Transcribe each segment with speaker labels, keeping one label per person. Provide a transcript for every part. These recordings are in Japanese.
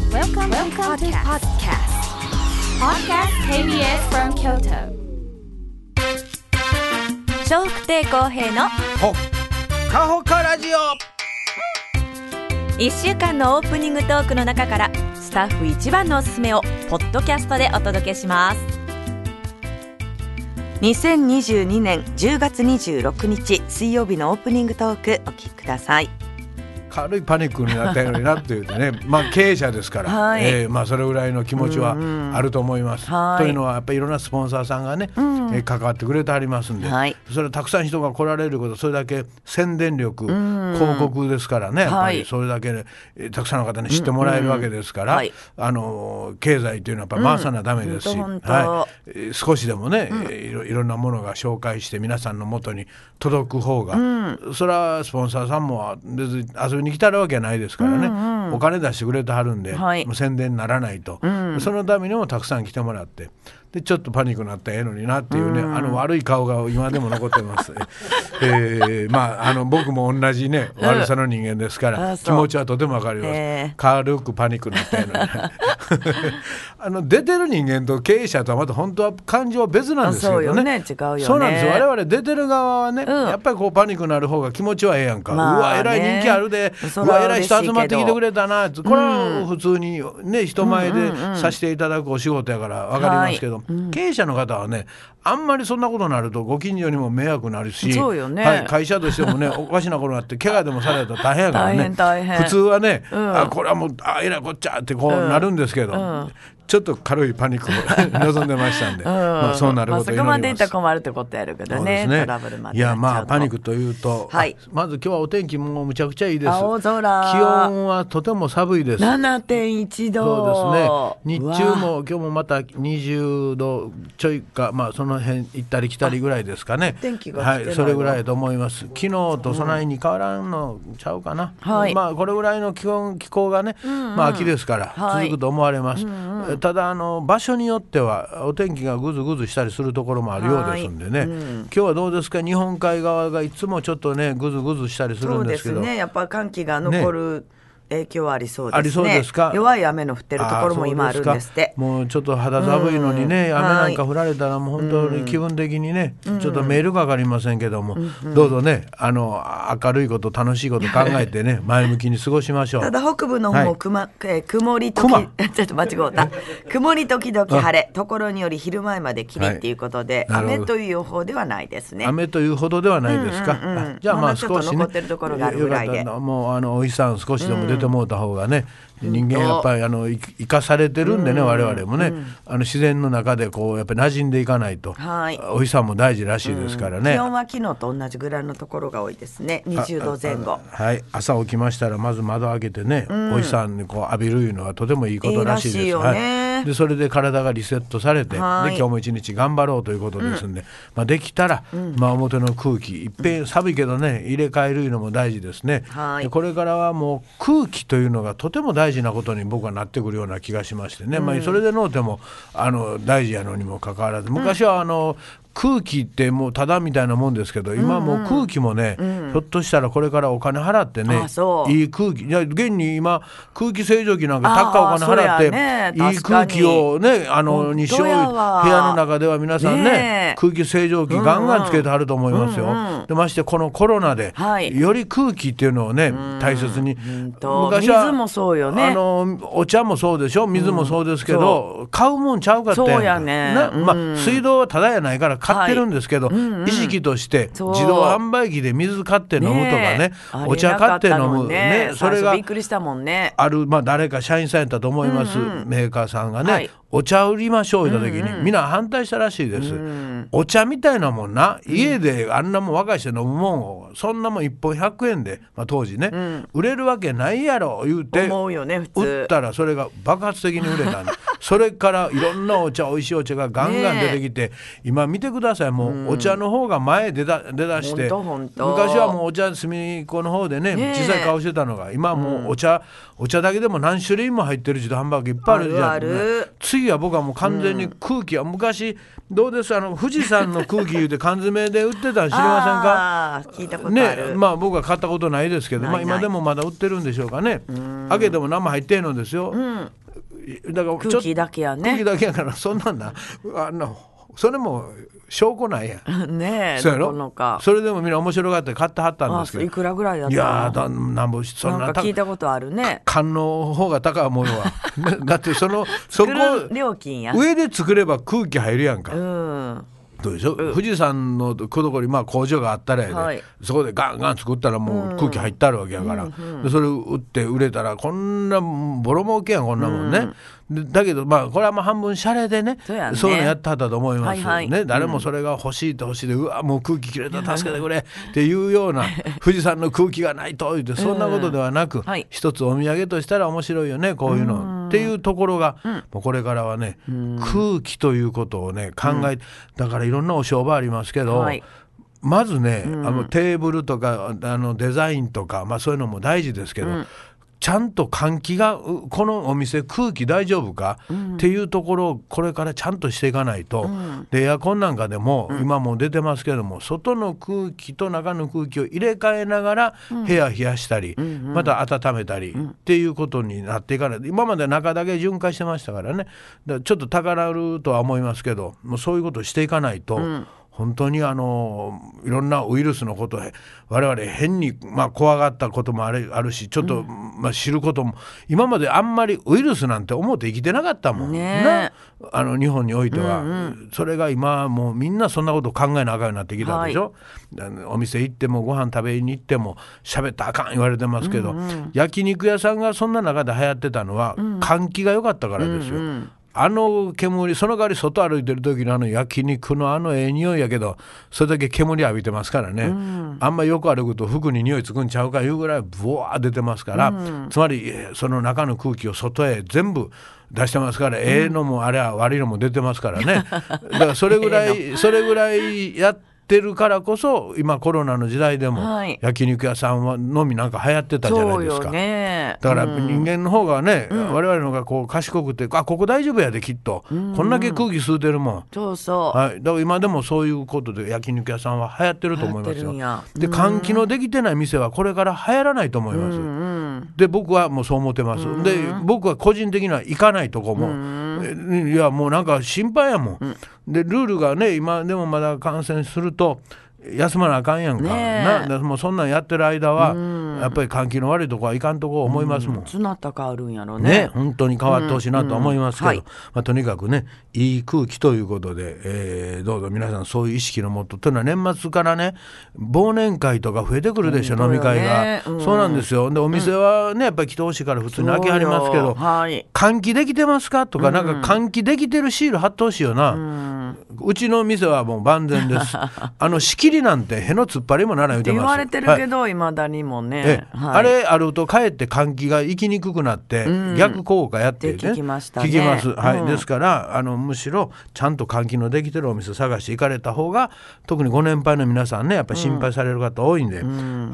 Speaker 1: Welcome, to podcast.
Speaker 2: Welcome to Podcast KBS from Kyoto.
Speaker 1: 笑福亭公平の
Speaker 3: ほっかほかラジオ
Speaker 1: 1週間のオープニングトークの中からスタッフ一番のおすすめをポッドキャストでお届けします
Speaker 4: 2022年10月26日水曜日のオープニングトークお聞きください
Speaker 3: 軽いパニックになったようになっていうてね まあ経営者ですから、
Speaker 4: はい
Speaker 3: えーまあ、それぐらいの気持ちはあると思います。
Speaker 4: はい
Speaker 3: というのはやっぱりいろんなスポンサーさんがね、えー関わってくれてありますんで、
Speaker 4: はい
Speaker 3: それたくさん人が来られることそれだけ宣伝力広告ですからねやっぱ
Speaker 4: は
Speaker 3: り
Speaker 4: い
Speaker 3: それだけ、ねえーたくさんの方に知ってもらえるわけですから、
Speaker 4: はい
Speaker 3: あのー経済というのはやっぱ回さなダメですし、
Speaker 4: うん本当本当
Speaker 3: はいえー少しでもね、えーいろいろんなものが紹介して皆さんの元に届く方が、それはスポンサーさんも別に遊びに来たるわけないですからね、お金出してくれてはるんで、
Speaker 4: はい
Speaker 3: もう宣伝にならないと、そのためにもたくさん来てもらってでちょっとパニックになったらええのになっていうね、あの悪い顔が今でも残っ てます、えーまああの僕も同じね悪さの人間ですから、
Speaker 4: あ
Speaker 3: 気
Speaker 4: そう
Speaker 3: 持ちはとてもわかります、
Speaker 4: ええ
Speaker 3: 軽くパニックになったようなあの出てる人間と経営者とはまた本当は感情は別なんですけどね
Speaker 4: そうよね違うよね
Speaker 3: そうなんですよ我々出てる側はね、やっぱりこうパニックになる方が気持ちはええやんか、
Speaker 4: まあね
Speaker 3: うわえらい人気あるで
Speaker 4: そうら
Speaker 3: わえらい
Speaker 4: 嬉しいけど
Speaker 3: 人集まってきてくれたなこれは普通にね人前でさせていただくお仕事やからわかりますけど、経営者の方はねあんまりそんなことになるとご近所にも迷惑になるし
Speaker 4: そうよね
Speaker 3: はい、会社としてもねおかしなことになって怪我でもされたら大変やからね
Speaker 4: 大変大変
Speaker 3: 普通はね、あこれはもうあえらいこっちゃってこうなるんですけど、ちょっと軽いパニックを 望んでましたんで、まあ、そうなる
Speaker 4: ま
Speaker 3: こ
Speaker 4: あ
Speaker 3: と
Speaker 4: そ
Speaker 3: を
Speaker 4: こま
Speaker 3: 祈
Speaker 4: でいっ
Speaker 3: りま
Speaker 4: た
Speaker 3: す
Speaker 4: ら。困るってことやるけど
Speaker 3: そうで
Speaker 4: ね
Speaker 3: すね
Speaker 4: トラブルまで
Speaker 3: いやまあパニッ
Speaker 4: ク
Speaker 3: クというと、
Speaker 4: はい
Speaker 3: あまず今日はお天気もむちゃくちゃいいです
Speaker 4: 青空
Speaker 3: 気温はとても寒いです
Speaker 4: 7.1
Speaker 3: そ
Speaker 4: 度
Speaker 3: うですね日中も今日もまた20度ちょいかまあその辺行ったり来たりぐらいですかね
Speaker 4: 天気が来てな
Speaker 3: はいいそれぐらいだと思います昨日とそないに変わらんのちゃうかな、
Speaker 4: はい
Speaker 3: まあこれぐらいの気温気候がね、まあ秋ですから
Speaker 4: はい
Speaker 3: 続くと思われます、ただあの場所によってはお天気がぐずぐずしたりするところもあるようですんでね、今日はどうですか日本海側がいつもちょっとねぐずぐずしたりする
Speaker 4: そうん
Speaker 3: で
Speaker 4: です
Speaker 3: け
Speaker 4: す
Speaker 3: ど
Speaker 4: ねやっぱ寒気が残る影響はありそうですね
Speaker 3: ありそうですか
Speaker 4: 弱い雨の降ってるところも今あるんですっ
Speaker 3: ああそう
Speaker 4: て
Speaker 3: かもうちょっと肌寒いのにね、
Speaker 4: うん
Speaker 3: 雨なんか降られたらもう本当に気分的にね、ちょっとメールがかかりませんけども、どうぞねあの明るいこと楽しいこと考えてね前向きに過ごしましょう
Speaker 4: ただ北部の方
Speaker 3: は
Speaker 4: も
Speaker 3: い
Speaker 4: くま、えー曇り時
Speaker 3: 熊
Speaker 4: ちょっと間違うた曇り時々晴れところにより昼前まで霧っていうことで、
Speaker 3: はいなるほど
Speaker 4: 雨という予報ではないですね
Speaker 3: 雨というほどではないですか、
Speaker 4: うんうんうん
Speaker 3: あじゃあま
Speaker 4: ま
Speaker 3: あ
Speaker 4: だちょっと
Speaker 3: 少しね
Speaker 4: 残ってるところがあるぐらいで
Speaker 3: よかったなもうあのお日さん少しでも出てもうた方がね、人間やっぱりあのい生かされてるんでね、我々もね、あの自然の中でこうやっぱり馴染んでいかないと、
Speaker 4: はい
Speaker 3: お日さんも大事らしいですからね、
Speaker 4: 気温は昨日と同じぐらいのところが多いですね20度前後
Speaker 3: はい、朝起きましたらまず窓開けてね、お日さんにこう浴びるいうのはとてもいいことらしいです。
Speaker 4: いいらしいよね
Speaker 3: はいでそれで体がリセットされて、で
Speaker 4: は
Speaker 3: 今
Speaker 4: い
Speaker 3: 日も一日頑張ろうということですんで、まあできたら、まあ表の空気いっぺん寒いけどね入れ替えるいうのも大事ですね。
Speaker 4: はい
Speaker 3: でこれからはもう空気というのがとても大事なことに僕はなってくるような気がしましてね、まあそれでのうてもあの大事やのにもかかわらず昔はあの、空気ってもうただみたいなもんですけど今もう空気もね、ひょっとしたらこれからお金払ってね
Speaker 4: あそう
Speaker 3: いい空気いや現に今空気清浄機なんか高いお金払
Speaker 4: あーそ
Speaker 3: って、
Speaker 4: うやね
Speaker 3: いい空気をねあ
Speaker 4: 本当
Speaker 3: のにしよう部
Speaker 4: やわ
Speaker 3: 屋の中では皆さんね
Speaker 4: ねえ
Speaker 3: 空気清浄機ガンガンつけてはると思いますよ。でましてこのコロナで、
Speaker 4: はい
Speaker 3: より空気っていうのをね大切に
Speaker 4: と水もそうよね
Speaker 3: あのお茶もそうでしょ水もそうですけど、買うもんちゃうかって
Speaker 4: そうやね
Speaker 3: なまあ
Speaker 4: うん
Speaker 3: 水道はただやないから買ってるんですけど、意識として自
Speaker 4: そう
Speaker 3: 動販売機で水買って飲むとかね
Speaker 4: ねえ
Speaker 3: お茶買って飲む
Speaker 4: ありえなかったもんね
Speaker 3: ね
Speaker 4: 最
Speaker 3: それ
Speaker 4: 初
Speaker 3: が
Speaker 4: びっくりしたもんね
Speaker 3: ある、まあ、誰か社員さんやったと思います、メーカーさんがね、
Speaker 4: はい
Speaker 3: お茶売りましょう言った時に、みんな反対したらしいです、お茶みたいなもんな家であんなもん若い人飲むもんをそんなもん1本100円で、まあ、当時ね、売れるわけないやろ言うて
Speaker 4: 思うよね普通
Speaker 3: 売ったらそれが爆発的に売れたんでそれからいろんなお茶美味しいお茶がガンガン出てきて今見てくださいもうお茶の方が前へ出だ出だし
Speaker 4: ほん
Speaker 3: て
Speaker 4: とほんと
Speaker 3: 昔はもうお茶隅っこの方でね
Speaker 4: ねえ
Speaker 3: 小さい顔してたのが今はもうお茶、お茶だけでも何種類も入ってる自動販売機いっぱいあるじゃん
Speaker 4: あるある
Speaker 3: 次は僕はもう完全に空気は、昔どうですあの富士山の空気言うて缶詰で売ってたの知りませんか
Speaker 4: あー聞いたことある、
Speaker 3: ねまあ僕は買ったことないですけど
Speaker 4: ないない
Speaker 3: まあ、今でもまだ売ってるんでしょうかね開けても生入ってんのですよ、だから
Speaker 4: 空気だけや
Speaker 3: 空気
Speaker 4: ね
Speaker 3: だけやからそんなんなあのそれも証拠ないや ん
Speaker 4: ねえ
Speaker 3: そうや
Speaker 4: どこの
Speaker 3: ろ
Speaker 4: か
Speaker 3: それでもみんな面白がって買ってはったん
Speaker 4: あ
Speaker 3: ですけ
Speaker 4: そう
Speaker 3: ど
Speaker 4: いくらぐらいだった
Speaker 3: い
Speaker 4: の
Speaker 3: やーだなんぼそん
Speaker 4: な
Speaker 3: なん
Speaker 4: か
Speaker 3: た
Speaker 4: 聞いたことあるね
Speaker 3: 缶の方が高いもの はだってそのそこ
Speaker 4: 作る料金や
Speaker 3: 上で作れば空気入るやんか、
Speaker 4: うん
Speaker 3: どうでしょう、富士山のこどこにまあ工場があったらやで、
Speaker 4: はい
Speaker 3: そこでガンガン作ったらもう空気入ったるわけやから、でそれ売って売れたらこんなボロ儲けやんこんなもんね、でだけどまあこれはまあ半分シャレでね
Speaker 4: そうやね
Speaker 3: いうのやったったと思います、
Speaker 4: はいはい
Speaker 3: ね、誰もそれが欲しいって欲しいで、うわもう空気切れた助けてくれっていうよう な富士山の空気がないと言ってそんなことではなく、
Speaker 4: はい
Speaker 3: 一つお土産としたら面白いよねこういうのっていうところが、もうこれからはね空気ということをね考え、だからいろんなお商売ありますけど、
Speaker 4: はい
Speaker 3: まずね、あのテーブルとかあのデザインとか、まあ、そういうのも大事ですけど。ちゃんと換気がうこのお店空気大丈夫か、っていうところをこれからちゃんとしていかないと、でエアコンなんかでも、今もう出てますけども外の空気と中の空気を入れ替えながら部屋冷やしたり、また温めたり、っていうことになっていかない今まで中だけ巡回してましたからねだからちょっと宝るとは思いますけどもうそういうことをしていかないと。本当にあのいろんなウイルスのことへ我々変に、まあ、怖がったこともあるあるしちょっと、まあ、知ることも今まであんまりウイルスなんて思って生きてなかったもん
Speaker 4: ねえ
Speaker 3: なあの日本においては、それが今もうみんなそんなこと考えなあかんようになってきたでしょ、あのお店行ってもご飯食べに行っても喋ったらあかん言われてますけど、焼肉屋さんがそんな中で流行ってたのは、換気が良かったからですよ。あの煙その代わり外歩いてる時のあの焼肉のあのええ匂いやけどそれだけ煙浴びてますからね、あんまよく歩くと服に匂いつくんちゃうかいうぐらいブワー出てますから、つまりえーその中の空気を外へ全部出してますから、ええのもあれは悪いのも出てますからねだからそれぐらい、それぐらいやってるからこそ今コロナの時代でも
Speaker 4: はい
Speaker 3: 焼肉屋さんはのみなんか流行ってたじゃな
Speaker 4: そ
Speaker 3: いうですか。
Speaker 4: よね
Speaker 3: だからやっぱ人間の方がね、我々の方がこう賢くてあここ大丈夫やできっと、こんだけ空気吸うてるもん、
Speaker 4: そうそう
Speaker 3: はい、だから今でもそういうことで焼肉屋さんは流行ってると思いま
Speaker 4: 流行っ
Speaker 3: す
Speaker 4: てる
Speaker 3: よ
Speaker 4: んや。
Speaker 3: で換気のできてない店はこれから流行らないと思います。で僕はもうそう思ってます。で僕は個人的には行かないとこも。えいやもうなんか心配やもん。でルールがね今でもまだ感染すると休まなあかんやんか。
Speaker 4: ねえ
Speaker 3: なだからもうそんなんやってる間はやっぱり換気の悪いとこはいかんとこ思いますもん。
Speaker 4: つなたかあるんやろね
Speaker 3: ね、本当に変わってほしいなとは思いますけど、
Speaker 4: うんうんはい
Speaker 3: まあ、とにかくねいい空気ということで、えーどうぞ皆さんそういう意識のもとというのは年末からね忘年会とか増えてくるでしょ、飲
Speaker 4: 本
Speaker 3: み
Speaker 4: 当よ
Speaker 3: 会が、
Speaker 4: ねうん
Speaker 3: そうなんですよでお店はねやっぱり来てほしいから普通に開けはりますけ
Speaker 4: そうよ
Speaker 3: ど、
Speaker 4: はい
Speaker 3: 換気できてますかとか、なんか換気できてるシール貼ってほしいよな、うちの店はもう万全で すあの仕切りなんてへの突っ張りもならない
Speaker 4: って言われてる
Speaker 3: はい
Speaker 4: けどいまだにも
Speaker 3: え
Speaker 4: ね
Speaker 3: え
Speaker 4: はい
Speaker 3: あれあるとかえって換気が行きにくくなって逆効果やってね、
Speaker 4: って聞きましたね
Speaker 3: 聞きますはい、
Speaker 4: うん
Speaker 3: ですからあのむしろちゃんと換気のできてるお店探して行かれた方が特にご年配の皆さんねやっぱり心配される方多いんで、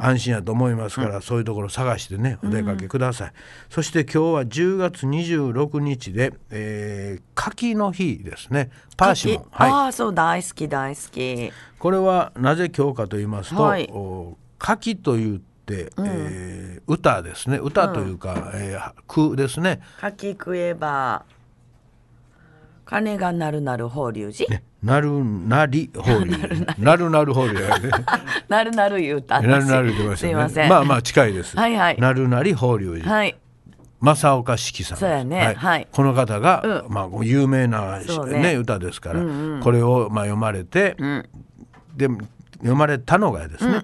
Speaker 3: 安心やと思いますから、そういうところ探してねお出かけください、そして今日は10月26日で、えー、柿の日ですねパーシモン、
Speaker 4: 柿
Speaker 3: はい、
Speaker 4: ああそう大好き大好き
Speaker 3: これはなぜ今日かと言いますと、
Speaker 4: はい
Speaker 3: お柿と言って、えー歌ですね歌というか、えー句ですね
Speaker 4: 柿食えば金がなるなる法隆寺、
Speaker 3: なるなり法流なるなる法流な
Speaker 4: なるなる言うた私
Speaker 3: るなる出ました
Speaker 4: す
Speaker 3: ね
Speaker 4: いません、
Speaker 3: あまあ近いです、
Speaker 4: はいはい
Speaker 3: なるなり法流寺、
Speaker 4: はい
Speaker 3: 正岡子規さんです
Speaker 4: そうやねはい
Speaker 3: この方が、まあ、有名な、
Speaker 4: そう
Speaker 3: ね
Speaker 4: ね
Speaker 3: 歌ですから、これを、まあ、読まれて、で読まれたのがですね、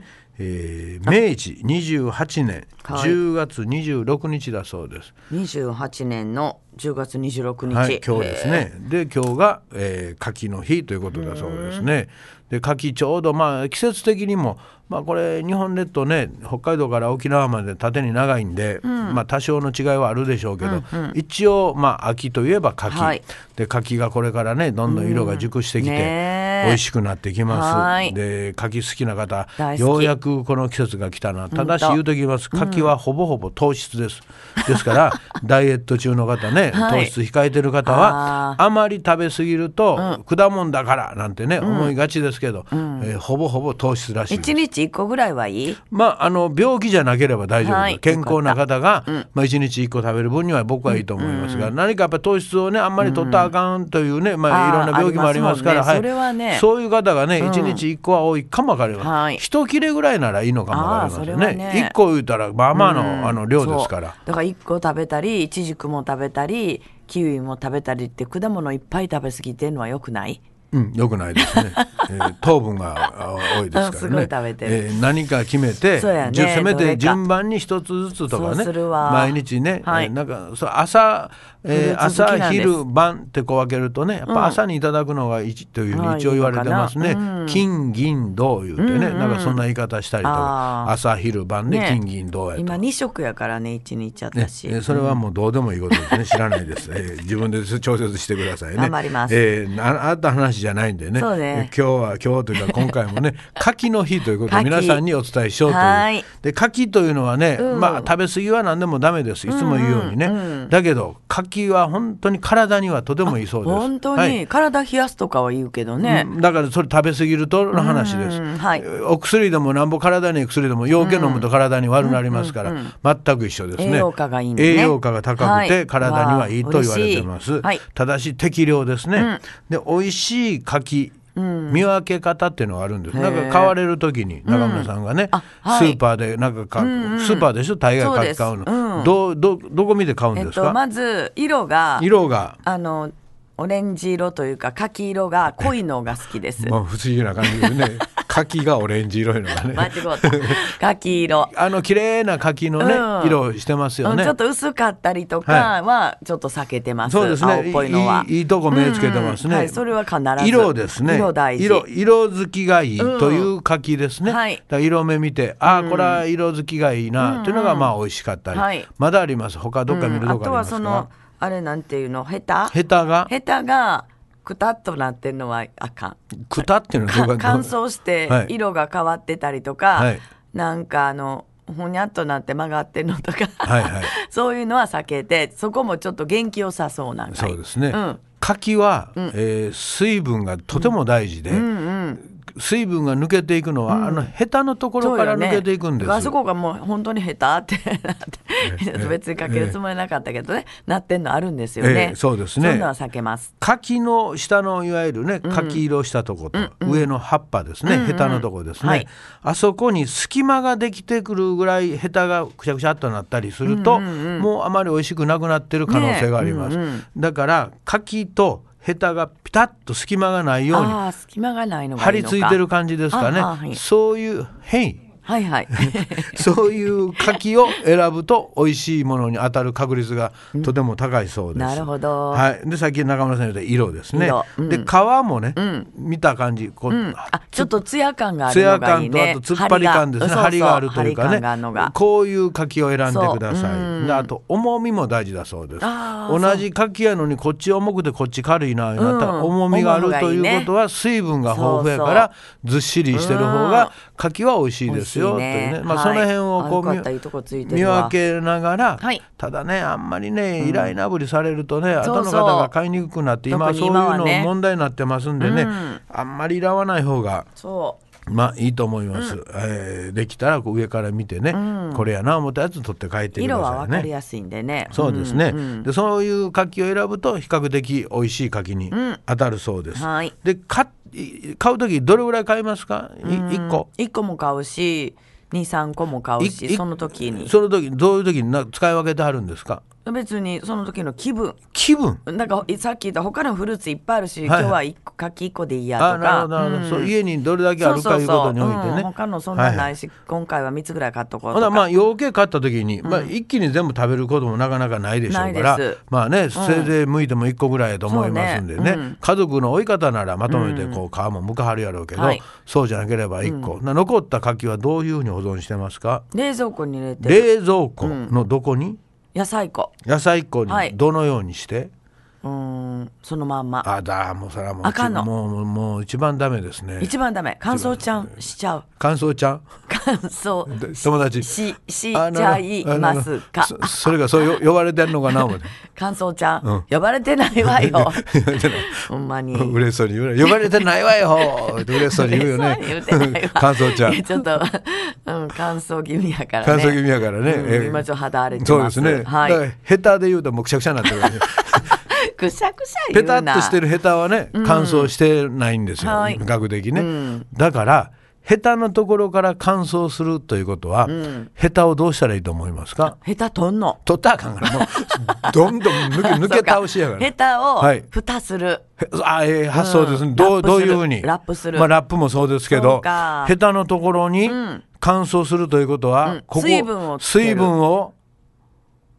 Speaker 3: えー明治28年
Speaker 4: はい
Speaker 3: 10月26日だそうです。
Speaker 4: 28年の10月26日、
Speaker 3: はい、今日ですね。で今日が、えー柿の日ということだそうですね。で柿ちょうどまあ季節的にもまあこれ日本列島ね北海道から沖縄まで縦に長いんで、まあ多少の違いはあるでしょうけど、一応まあ秋といえば柿、
Speaker 4: はい
Speaker 3: で柿がこれからねどんどん色が熟してきて、
Speaker 4: うんねえ
Speaker 3: 美味しくなってきま
Speaker 4: は
Speaker 3: す。
Speaker 4: い
Speaker 3: で柿好きな方
Speaker 4: 大好き
Speaker 3: ようやくこの季節が来たな。ただし
Speaker 4: ほんと
Speaker 3: 言うときます柿はほぼほぼ糖質です。ですから ダイエット中の方ね、
Speaker 4: はい
Speaker 3: 糖質控えてる方はあまり食べ過ぎると、果物だからなんてね、思いがちですけど、えーほぼほぼ糖質らしいです
Speaker 4: 1日1個ぐらいはいい
Speaker 3: まあ、あの病気じゃなければ大丈夫です、
Speaker 4: はい
Speaker 3: 健康な方が、まあ、1日1個食べる分には僕はいいと思いますが、何かやっぱ糖質をねあんまり取ったらあかんというね、まあ、
Speaker 4: あー
Speaker 3: いろんな病気もありますから
Speaker 4: ありますもんねそれはね
Speaker 3: そういう方がね1日1個は多いかもわかりません、
Speaker 4: はい
Speaker 3: 一切れぐらいならいいのかもわかりません
Speaker 4: あーそ
Speaker 3: ね
Speaker 4: れはね
Speaker 3: 1個言うたらまあまあの,、あの量ですか
Speaker 4: そ
Speaker 3: ら
Speaker 4: うだから1個食べたりイチジクも食べたりキウイも食べたりって果物いっぱい食べ過ぎてるのはよくない
Speaker 3: うん、よくないで すね。えー糖分があ多いですからね。
Speaker 4: うんすごい食べてる
Speaker 3: えー何か決めて、
Speaker 4: そうやね
Speaker 3: じゅせめ
Speaker 4: どれか
Speaker 3: て順番に一つずつと
Speaker 4: そ
Speaker 3: かね
Speaker 4: うするわ
Speaker 3: 毎日ね、
Speaker 4: はい
Speaker 3: えーなんかそう朝、
Speaker 4: フルーツ好きなんで
Speaker 3: えー朝
Speaker 4: す
Speaker 3: 昼晩ってこう分けるとねやっぱ朝にいただくのが一というふう
Speaker 4: は
Speaker 3: に
Speaker 4: い
Speaker 3: 一応言われてます
Speaker 4: い
Speaker 3: ね
Speaker 4: いのかな。
Speaker 3: 金銀銅言うてね、なんかそんな言い方したりと
Speaker 4: あ
Speaker 3: か
Speaker 4: ー
Speaker 3: 朝昼晩で金銀銅やとか
Speaker 4: 今2食やからね1日
Speaker 3: ね
Speaker 4: 私、
Speaker 3: えーそれはもうどうでもいいことですね、知らないです、 えー自分で調節してくださいね
Speaker 4: 頑張ります
Speaker 3: えーなあなたの話じゃないんでね
Speaker 4: そうね
Speaker 3: えー今日は今日とい うか今回もね柿の日ということを
Speaker 4: 柿
Speaker 3: 皆さんにお伝えしようという
Speaker 4: はい
Speaker 3: で柿というのはね、
Speaker 4: うん
Speaker 3: まあ食べ過ぎは何でもダメですいつも言うようにね、だけど柿は本当に体にはとてもいいそうです
Speaker 4: 本当に、
Speaker 3: はい
Speaker 4: 体冷やすとかは言うけどね、
Speaker 3: うんだからそれ食べ過ぎるとの話です、
Speaker 4: うんはい
Speaker 3: お薬でもなんぼ体にいい薬でも陽気飲むと体に悪なりますから、全く一緒ですね
Speaker 4: 栄養価がいいんだね
Speaker 3: 栄養価が高く
Speaker 4: は
Speaker 3: て
Speaker 4: い
Speaker 3: 体にはいいと言われてま
Speaker 4: わ
Speaker 3: す、
Speaker 4: あ嬉しいはい
Speaker 3: ただし適量ですね、で美味しい柿見分け方っていうのがあるんです。なんか買われる時に中村さんがね、
Speaker 4: あはい
Speaker 3: スーパーでなんかか、スーパーでしょ大概
Speaker 4: そう
Speaker 3: 柿
Speaker 4: です
Speaker 3: 買うの。
Speaker 4: うん
Speaker 3: どうどどこ見て買うん
Speaker 4: えっ
Speaker 3: です
Speaker 4: と
Speaker 3: か。
Speaker 4: まず色が
Speaker 3: 色が
Speaker 4: あのオレンジ色というか柿色が濃いのが好きです。
Speaker 3: まあ不思議な感じですね。 柿がオレンジ色いのが ね。
Speaker 4: 間違った柿色、
Speaker 3: あの綺麗な柿のね、
Speaker 4: うん
Speaker 3: 色をしてます
Speaker 4: う
Speaker 3: よ
Speaker 4: ん
Speaker 3: ね。
Speaker 4: ちょっと薄かったりとかはちょっと避けてます。
Speaker 3: そうです
Speaker 4: 青
Speaker 3: ね。
Speaker 4: っぽいのはい
Speaker 3: いいいとこ目つけてますね。
Speaker 4: うんはいそれは必ず
Speaker 3: 色ですね。
Speaker 4: 色大事
Speaker 3: 色色づきがいいという柿ですね。
Speaker 4: はい
Speaker 3: だから色目見て、ああこれは色づきがいいなというのがまあ美味しかったり、
Speaker 4: はい
Speaker 3: まだあります。他どっか見る
Speaker 4: あ
Speaker 3: とこあ
Speaker 4: と
Speaker 3: りま
Speaker 4: は
Speaker 3: すか。
Speaker 4: そのあれなんていうのヘタ
Speaker 3: ヘタが
Speaker 4: ヘタがくたっとなってるのはあかん。
Speaker 3: くたっていうのはど
Speaker 4: か
Speaker 3: うか
Speaker 4: 乾燥して
Speaker 3: はい
Speaker 4: 色が変わってたりとか、
Speaker 3: はい
Speaker 4: なんかあのほにゃっとなって曲がってるのとか、
Speaker 3: はいはい
Speaker 4: そういうのは避けてそこもちょっと元気よさそうな
Speaker 3: そう
Speaker 4: す
Speaker 3: ですね。
Speaker 4: ん
Speaker 3: 柿は、えー水分がとても大事で、水分が抜けていくのは、あのヘタのところから抜けていくんです。
Speaker 4: あそこがもう本当に下手ってなって 別にかけるつもりなかったけどね、なってんのあるんですよね、
Speaker 3: ええそうですね
Speaker 4: そういうのは避けます
Speaker 3: 柿の下のいわゆるね柿色したとこと、上の葉っぱですね、ヘタのとこですね、
Speaker 4: はい
Speaker 3: あそこに隙間ができてくるぐらいヘタがくちゃくちゃっとなったりすると、もうあまり美味しくなくなってる可能性があります、
Speaker 4: ね
Speaker 3: だから柿とヘタがピタッと隙間がないように
Speaker 4: ああ隙間がないのが
Speaker 3: 張
Speaker 4: いい
Speaker 3: り
Speaker 4: のか
Speaker 3: 付いてる感じですかね、
Speaker 4: あはい
Speaker 3: そういう変異
Speaker 4: はいはい
Speaker 3: そういう柿を選ぶと美味しいものに当たる確率がとても高いそうです。
Speaker 4: なるほど
Speaker 3: はい。でさっき中村さん言った色ですね
Speaker 4: 色。うん
Speaker 3: で皮もね、見た感じこう、
Speaker 4: あちょっとツヤ感があ
Speaker 3: ツ
Speaker 4: るの
Speaker 3: ヤ
Speaker 4: がいい
Speaker 3: 感と
Speaker 4: ね
Speaker 3: あと突っ張り感ですね。張りがあるというか
Speaker 4: 張り感があるの
Speaker 3: ね
Speaker 4: が。
Speaker 3: こういう柿を選んでくだ
Speaker 4: そ
Speaker 3: さ
Speaker 4: うう
Speaker 3: い。であと重みも大事だそうです。
Speaker 4: あー
Speaker 3: 同じ柿やのにこっち重くてこっち軽いなあなったら重みがあるということは水分が豊富やからずっしりしてる方が柿は美味しいで
Speaker 4: 美味しい。
Speaker 3: すよというね
Speaker 4: ね
Speaker 3: まあその辺をこう
Speaker 4: はいあよかっ
Speaker 3: 見
Speaker 4: たいいとこついて
Speaker 3: 見
Speaker 4: るわ
Speaker 3: 分けながら
Speaker 4: はい
Speaker 3: ただねあんまりね依頼なぶりされるとね
Speaker 4: そ
Speaker 3: 後
Speaker 4: うそ
Speaker 3: の
Speaker 4: う
Speaker 3: 方が買いにくくなって今
Speaker 4: 特
Speaker 3: そ
Speaker 4: に
Speaker 3: ういう
Speaker 4: 今はね
Speaker 3: の問題になってますんでねあんまりいらわない方が
Speaker 4: そう
Speaker 3: まあいいと思います、えーできたらこう上から見てね、これやな思ったやつ取って帰ってくだ
Speaker 4: 色は
Speaker 3: さ
Speaker 4: 分
Speaker 3: い
Speaker 4: かり
Speaker 3: ね。
Speaker 4: やすいんでね。
Speaker 3: そうですね、でそういう柿を選ぶと比較的美味しい柿に当たるそうです。
Speaker 4: はい
Speaker 3: でか買う時どれぐらい買いますかい1個
Speaker 4: 一個も買うし、二三個も買う
Speaker 3: い
Speaker 4: し、
Speaker 3: い
Speaker 4: その時に。
Speaker 3: その時どういう時にな使い分けてあるんですか
Speaker 4: 別にその時の気分
Speaker 3: 気分
Speaker 4: なんかさっき言った他のフルーツいっぱいあるし、今日は一個柿一個でいいやと
Speaker 3: あなるほど
Speaker 4: か。
Speaker 3: なるほど、そう家にどれだけあるかいうことにおいてね、
Speaker 4: うん他のそんな
Speaker 3: は
Speaker 4: ないいし、今回は3つぐらい買っとこうと
Speaker 3: ほな
Speaker 4: か。
Speaker 3: まあ養鶏買った時に、まあ、一気に全部食べることもなかなかないでしょうから
Speaker 4: ないです
Speaker 3: まあねせいぜい剥いても1個ぐらいやと思いますんでね
Speaker 4: そうねうん
Speaker 3: 家族の追い方ならまとめてこう皮も剥かはるやろうけど、
Speaker 4: はい
Speaker 3: そうじゃなければ1個、な残った柿はどういうふうに保存してますか
Speaker 4: 冷蔵庫に入れてる
Speaker 3: 冷蔵庫のどこに、
Speaker 4: 野菜庫
Speaker 3: 野菜庫に
Speaker 4: はい
Speaker 3: どのようにして、
Speaker 4: うーんそのまんま
Speaker 3: あだもうそれはもう
Speaker 4: あかんの
Speaker 3: もうもうもう一番ダメですね
Speaker 4: 一番ダメ乾燥ちゃんしちゃう
Speaker 3: 乾燥ちゃん
Speaker 4: 乾燥
Speaker 3: で友達
Speaker 4: ししち
Speaker 3: あな
Speaker 4: ゃ
Speaker 3: るほど
Speaker 4: い
Speaker 3: あなる
Speaker 4: ま
Speaker 3: ほ
Speaker 4: す
Speaker 3: ど
Speaker 4: か
Speaker 3: そそれがそうよ呼ばれてんのかな思 って。
Speaker 4: 乾燥ちゃん、
Speaker 3: うん
Speaker 4: 呼ばれてないわ よ
Speaker 3: でも
Speaker 4: ほん まに
Speaker 3: 嬉しそうに言うね。呼ばれてないわよ って嬉しそうに言うよね
Speaker 4: 嬉しそうに言うてな いわ。
Speaker 3: 感想ちゃん
Speaker 4: いや。ちょっと、うん、乾燥気味やからね。
Speaker 3: 乾燥気味やからね。
Speaker 4: うん
Speaker 3: ええ
Speaker 4: 今ちょっと肌荒れて
Speaker 3: そう
Speaker 4: ま。
Speaker 3: ですすね。
Speaker 4: は
Speaker 3: だから
Speaker 4: い。
Speaker 3: ヘタで言うともうくしゃくしゃになってる からね。
Speaker 4: くしゃくしゃ言
Speaker 3: ペ
Speaker 4: う
Speaker 3: タ
Speaker 4: な。
Speaker 3: ッとしてるヘタはね、乾燥してないんですよ。
Speaker 4: はい
Speaker 3: 学的ね。だから、ヘタのところから乾燥するということは、ヘタをどうしたらいいと思いますか
Speaker 4: ヘタ 取んの。
Speaker 3: 取ったらあかんから、もう、どんどん 抜け抜け倒しやか
Speaker 4: そう
Speaker 3: ら。
Speaker 4: ヘタを
Speaker 3: はい
Speaker 4: 蓋する。
Speaker 3: へあええ発想ですね、
Speaker 4: うん
Speaker 3: ど
Speaker 4: ラッ
Speaker 3: う
Speaker 4: プ
Speaker 3: どう
Speaker 4: す
Speaker 3: い
Speaker 4: る
Speaker 3: うふうに
Speaker 4: ラップする
Speaker 3: まあ、ラップもそうですけ
Speaker 4: そ
Speaker 3: ど
Speaker 4: うか
Speaker 3: ヘタのところに乾燥するということは、
Speaker 4: うん
Speaker 3: ここ
Speaker 4: 水分をつける
Speaker 3: 水分を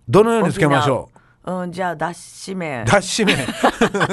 Speaker 3: どのようにつけましょ
Speaker 4: うん、じゃあ、脱脂
Speaker 3: う
Speaker 4: 麺。
Speaker 3: 脱脂麺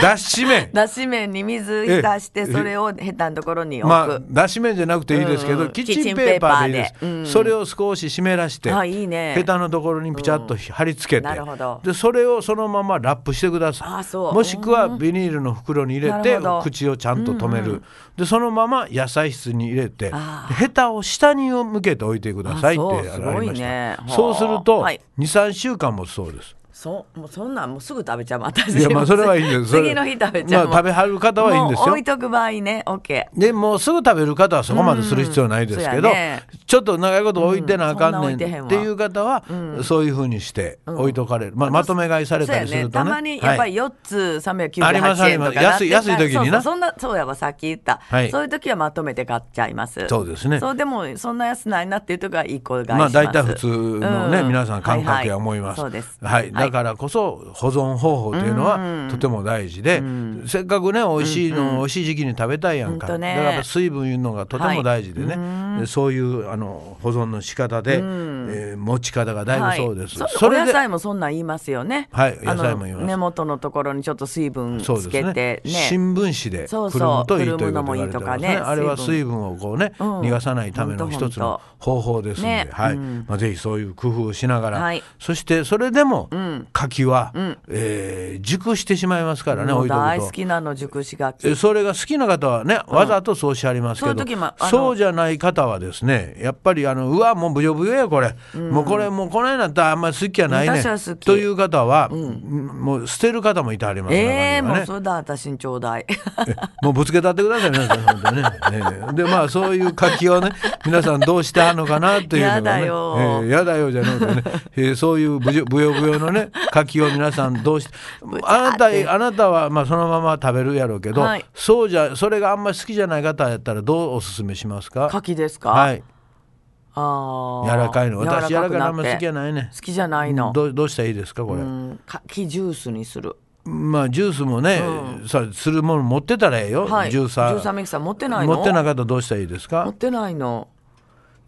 Speaker 3: 脱脂麺
Speaker 4: 脱脂麺に水浸して、それをヘタのところに置く。
Speaker 3: まあ脱脂麺じゃなくていいですけど、
Speaker 4: うん
Speaker 3: キッチンペーパーでいい
Speaker 4: キ
Speaker 3: で
Speaker 4: ッチン
Speaker 3: す、
Speaker 4: ペーパーでうん
Speaker 3: それを少し湿らして、
Speaker 4: あいいね
Speaker 3: ヘタのところにピチャッと貼り付けて、
Speaker 4: なるほど
Speaker 3: でそれをそのままラップしてください
Speaker 4: あそう
Speaker 3: もしくはビニールの袋に入れ
Speaker 4: な
Speaker 3: て
Speaker 4: るほど
Speaker 3: 口をちゃんと止める、でそのまま野菜室に入れて
Speaker 4: あー
Speaker 3: でヘタを下に向けておいてくださいっ
Speaker 4: あそう
Speaker 3: てあられま
Speaker 4: す
Speaker 3: し
Speaker 4: ごいね
Speaker 3: た
Speaker 4: はあ
Speaker 3: そうすると、
Speaker 4: はい
Speaker 3: 23週間もそ うです
Speaker 4: そもうそんなんもうすぐ食べちゃう。私
Speaker 3: いやまあそれはいいんですそれ
Speaker 4: 次の日食べちゃう。
Speaker 3: まあ食べはる方はいいんですよ
Speaker 4: もう置いとく場合ね、オッケー。
Speaker 3: でもうすぐ食べる方はそこまでする必要ないですけ
Speaker 4: うんそ
Speaker 3: ど、
Speaker 4: うやね
Speaker 3: ちょっと長いこと置いてなあかん
Speaker 4: うんそ
Speaker 3: ね
Speaker 4: んな置いてへん
Speaker 3: ん
Speaker 4: わ
Speaker 3: っていう方は、そういうふうにして置いとかれる、まあ、まとめ買いされたりするとね
Speaker 4: そうやねたまにやっぱ
Speaker 3: はい
Speaker 4: り4つ398円とか
Speaker 3: ありますあります
Speaker 4: なって
Speaker 3: 安い安い時にな
Speaker 4: そうそうそんなそうやわさっき言った、
Speaker 3: はい
Speaker 4: そういう時はまとめて買っちゃいます
Speaker 3: そうですね
Speaker 4: そうでもそんな安ないなっていう時はいい子がいします
Speaker 3: まあ大体普通のね、
Speaker 4: うん
Speaker 3: 皆さん感覚や思います。
Speaker 4: ははそうです
Speaker 3: はい、だからこそ保存方法というのはとても大事で、せっかくね美味しいの、美味しい時期に食べたいやんか。
Speaker 4: ほんとね
Speaker 3: だからやっぱ水分いうのがとても大事でね、でそういうあの保存の仕方で、えー持ち方がだいぶそうです。
Speaker 4: はい、
Speaker 3: そ
Speaker 4: それ
Speaker 3: れ
Speaker 4: お
Speaker 3: で
Speaker 4: 野菜もそんなん言いますよね
Speaker 3: はい
Speaker 4: あの
Speaker 3: 野菜も言います
Speaker 4: 根元のところにちょっと水分
Speaker 3: そうです
Speaker 4: つけ
Speaker 3: ね
Speaker 4: てね
Speaker 3: 新聞紙で
Speaker 4: そう
Speaker 3: く
Speaker 4: そう
Speaker 3: るむといいとい
Speaker 4: くるむ
Speaker 3: うこと
Speaker 4: の
Speaker 3: が言わ
Speaker 4: もい
Speaker 3: れ
Speaker 4: い
Speaker 3: て
Speaker 4: と
Speaker 3: ま
Speaker 4: か
Speaker 3: す
Speaker 4: ね
Speaker 3: ねあれは水
Speaker 4: 水
Speaker 3: 分をこうね、
Speaker 4: ん
Speaker 3: 逃がさないための一つの方法ですので、
Speaker 4: ね
Speaker 3: はい
Speaker 4: うん
Speaker 3: まあ、ぜひそういう工夫をしながら、
Speaker 4: はい
Speaker 3: そしてそれでも柿は、えー熟してしまいますからね
Speaker 4: も
Speaker 3: 置
Speaker 4: う
Speaker 3: いとくと
Speaker 4: 大好きなの熟しが
Speaker 3: え
Speaker 4: き
Speaker 3: それが好きな方はねわざとそうしありますけど、
Speaker 4: そういう時もあの
Speaker 3: そうじゃない方はですねやっぱりあのうわもうブヨブヨやこれ、もうこれもうこの辺だったらあんまり好きやないね
Speaker 4: 私は好き
Speaker 3: という方は、もう捨てる方もいてはります中には
Speaker 4: え
Speaker 3: ね
Speaker 4: えー、もうそれだ私にちょう だい
Speaker 3: もうぶつけたってください皆さん本当にね。ええでまあそういう柿をね皆さんどうしてはんのかなっていうのが
Speaker 4: や
Speaker 3: ね。
Speaker 4: だよ
Speaker 3: ええやだよじゃなくてね、ええそういうぶよぶよぶよのね柿を皆さんどうしてあなたあなたはまあそのまま食べるやろうけど、
Speaker 4: はい
Speaker 3: そうじゃそれがあんまり好きじゃない方やったらどうおすすめしますか。
Speaker 4: 柿ですか、
Speaker 3: はい
Speaker 4: あ
Speaker 3: 柔
Speaker 4: ー
Speaker 3: らかいの私柔らかいのあんまり好きじゃ
Speaker 4: い
Speaker 3: ないね。
Speaker 4: 好きじゃないの
Speaker 3: どうどうしたらいいですかこれ。
Speaker 4: うん柿ジュースにする
Speaker 3: まあジュースもね、さするもの持ってたらええよ、
Speaker 4: はい
Speaker 3: ジューサー。
Speaker 4: ジューサーミキサー持ってないの
Speaker 3: 持ってなかったらどうしたらいいですか
Speaker 4: 持ってないの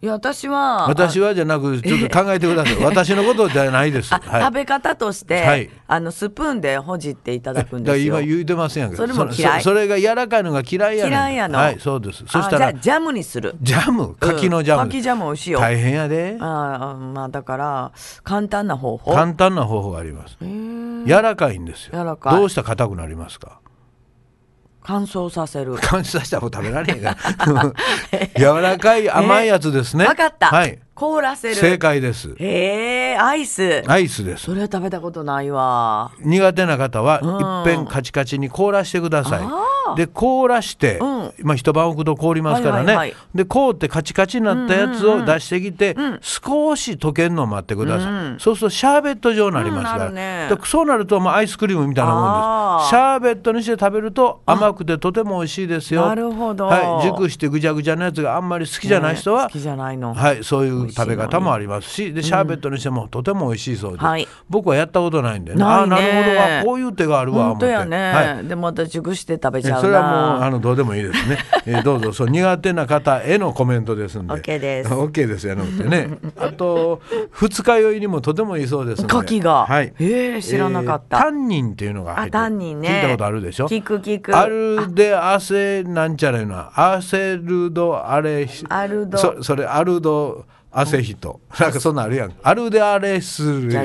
Speaker 4: いや私は
Speaker 3: 私
Speaker 4: は
Speaker 3: はじゃなくちょっと考えてく ださい私のことじゃないですはい
Speaker 4: 食べ方として、
Speaker 3: はい
Speaker 4: あのスプーンでほじっていただくんで
Speaker 3: だから
Speaker 4: すよ
Speaker 3: 今言うてませんやんか
Speaker 4: それも嫌い
Speaker 3: そそれが柔らかいのが嫌いやねん
Speaker 4: 嫌いやの
Speaker 3: はいそうですそした
Speaker 4: あ
Speaker 3: ら
Speaker 4: じゃあジャムにする
Speaker 3: ジャム柿のジャム、
Speaker 4: うん柿ジャム美味しいよ
Speaker 3: 大変やで
Speaker 4: あーまあだから簡単な方法
Speaker 3: 簡単な方法があります柔らかいんですよ
Speaker 4: 柔らかい
Speaker 3: どうしたら硬くなりま すか
Speaker 4: 乾燥させる
Speaker 3: 感じさせたらもう食べ られへんから柔らかい甘いやつですね
Speaker 4: わかった、
Speaker 3: はい
Speaker 4: 凍らせる
Speaker 3: 正解です
Speaker 4: へえアイス
Speaker 3: アイスです
Speaker 4: それは食べたことないわ
Speaker 3: 苦手な方は
Speaker 4: ん
Speaker 3: いっぺんカチカチに凍らしてください。で凍らして、
Speaker 4: うん
Speaker 3: まあ、一晩置くと凍りますから
Speaker 4: は
Speaker 3: ね、
Speaker 4: いはいはい
Speaker 3: で凍ってカチカチになったやつを出してきて、少し溶けるのを待ってください、そうするとシャーベット状になりますから、
Speaker 4: うんなるね
Speaker 3: でそうなるとまあアイスクリームみたいなもん
Speaker 4: あー
Speaker 3: ですシャーベットにして食べると甘くてとても美味しいですよ
Speaker 4: なるほど
Speaker 3: はい、熟してぐちゃぐちゃのやつがあんまり好きじゃない人は、
Speaker 4: ね好きじゃないの
Speaker 3: はい、そういう食べ方もありますしでシャーベットにしてもとても美味しいそうです、
Speaker 4: はい
Speaker 3: 僕はやったことないんでね
Speaker 4: ないね
Speaker 3: ああなるほどあこういう手があるわ思っ
Speaker 4: 本当
Speaker 3: て
Speaker 4: やね、
Speaker 3: はい
Speaker 4: でもまた熟して食べ
Speaker 3: え
Speaker 4: ちゃうな
Speaker 3: それはもうあのどうでもいいです ね、えーどうぞそう苦手な方へのコメントですんで
Speaker 4: OK です
Speaker 3: OK ですよね ねあと二日酔いにもとてもいいそうですので
Speaker 4: 牡蠣が
Speaker 3: はい
Speaker 4: へー知らなかった
Speaker 3: えータンニンっていうのが入ってる
Speaker 4: あタンニンね
Speaker 3: 聞いたことあるでしょ
Speaker 4: 聞く聞く
Speaker 3: アルデアセなんちゃらいうのはアセルドアレヒ
Speaker 4: アルド
Speaker 3: そそれアルドアセヒト、なんかそんなんあるやんアルデアレスル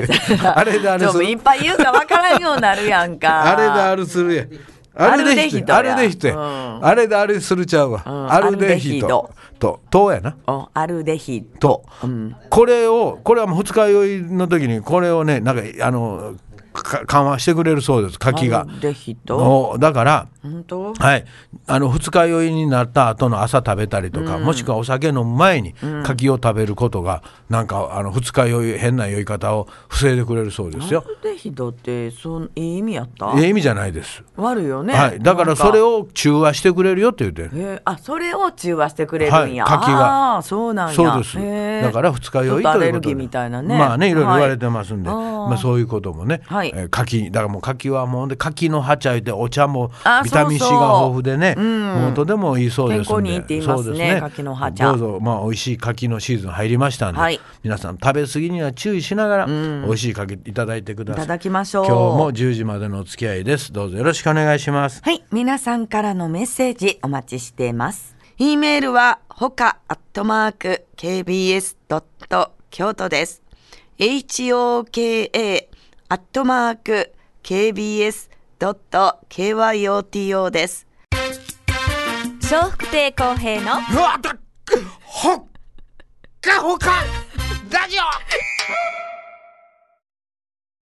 Speaker 3: あれであれ
Speaker 4: ちょっ
Speaker 3: す
Speaker 4: と
Speaker 3: る
Speaker 4: いっぱい言うかわからんようになるやんか
Speaker 3: あれであるするやん。
Speaker 4: ア
Speaker 3: あ
Speaker 4: ル
Speaker 3: れ
Speaker 4: デ
Speaker 3: で
Speaker 4: ヒ
Speaker 3: ヒ
Speaker 4: ドや
Speaker 3: トあれでヒトや
Speaker 4: うん
Speaker 3: あれであれするちゃうわ、
Speaker 4: ん
Speaker 3: アルデヒトととやな
Speaker 4: おアルデヒド
Speaker 3: と、これをこれはもう二日酔いの時にこれをねなんかあのか緩和してくれるそうです柿
Speaker 4: ア
Speaker 3: が
Speaker 4: ルデヒド
Speaker 3: おだから
Speaker 4: 本当
Speaker 3: はい、あの二日酔いになった後の朝食べたりとか、もしくはお酒飲む前に柿を食べることが、なんかあの二日酔い変な酔い方を防いでくれるそうです
Speaker 4: ア
Speaker 3: よ。
Speaker 4: ルデヒドってそのいい意味やった
Speaker 3: ええ意味じゃないです。
Speaker 4: 悪いよね、
Speaker 3: はい、だからそれ
Speaker 4: を
Speaker 3: を中和してくれるよって言ってる。
Speaker 4: へーあそれを中和してくれるんや、
Speaker 3: はい柿が
Speaker 4: あーそうなんや
Speaker 3: そうです
Speaker 4: へー
Speaker 3: だから二日酔い
Speaker 4: ちょっ
Speaker 3: と
Speaker 4: ア
Speaker 3: い
Speaker 4: レ
Speaker 3: うこ
Speaker 4: ル
Speaker 3: と
Speaker 4: ギ
Speaker 3: で
Speaker 4: ーみたいなね
Speaker 3: まあねいろいろ言われ
Speaker 4: は
Speaker 3: てますんで、
Speaker 4: あー
Speaker 3: まあ、そういうこともね、
Speaker 4: はい
Speaker 3: えー柿だからもう柿はもうほんで柿の葉茶言ってお茶も
Speaker 4: あー
Speaker 3: ビタミン C
Speaker 4: そ
Speaker 3: が
Speaker 4: うそう
Speaker 3: 豊富でねもうとてもいいそうですん
Speaker 4: 健康
Speaker 3: で
Speaker 4: にいいって言いますね
Speaker 3: そう
Speaker 4: 柿の葉茶
Speaker 3: どうぞ、まあ、美味しい柿のシーズン入りましたんで、
Speaker 4: はい
Speaker 3: 皆さん食べ過ぎには注意しながら、美味しい柿いただいてくだ
Speaker 4: い
Speaker 3: さい
Speaker 4: ただきましょう
Speaker 3: 今日も10時までのお付き合いですどうぞよろしくお願いします
Speaker 4: はい。皆さんからのメッセージお待ちしています。e メールは、ほか、アットマーク、kbs. 京都です。hoka、アットマーク、kbs.kyoto です。
Speaker 1: 笑福亭公平の
Speaker 3: うわだっほっかほかラジオ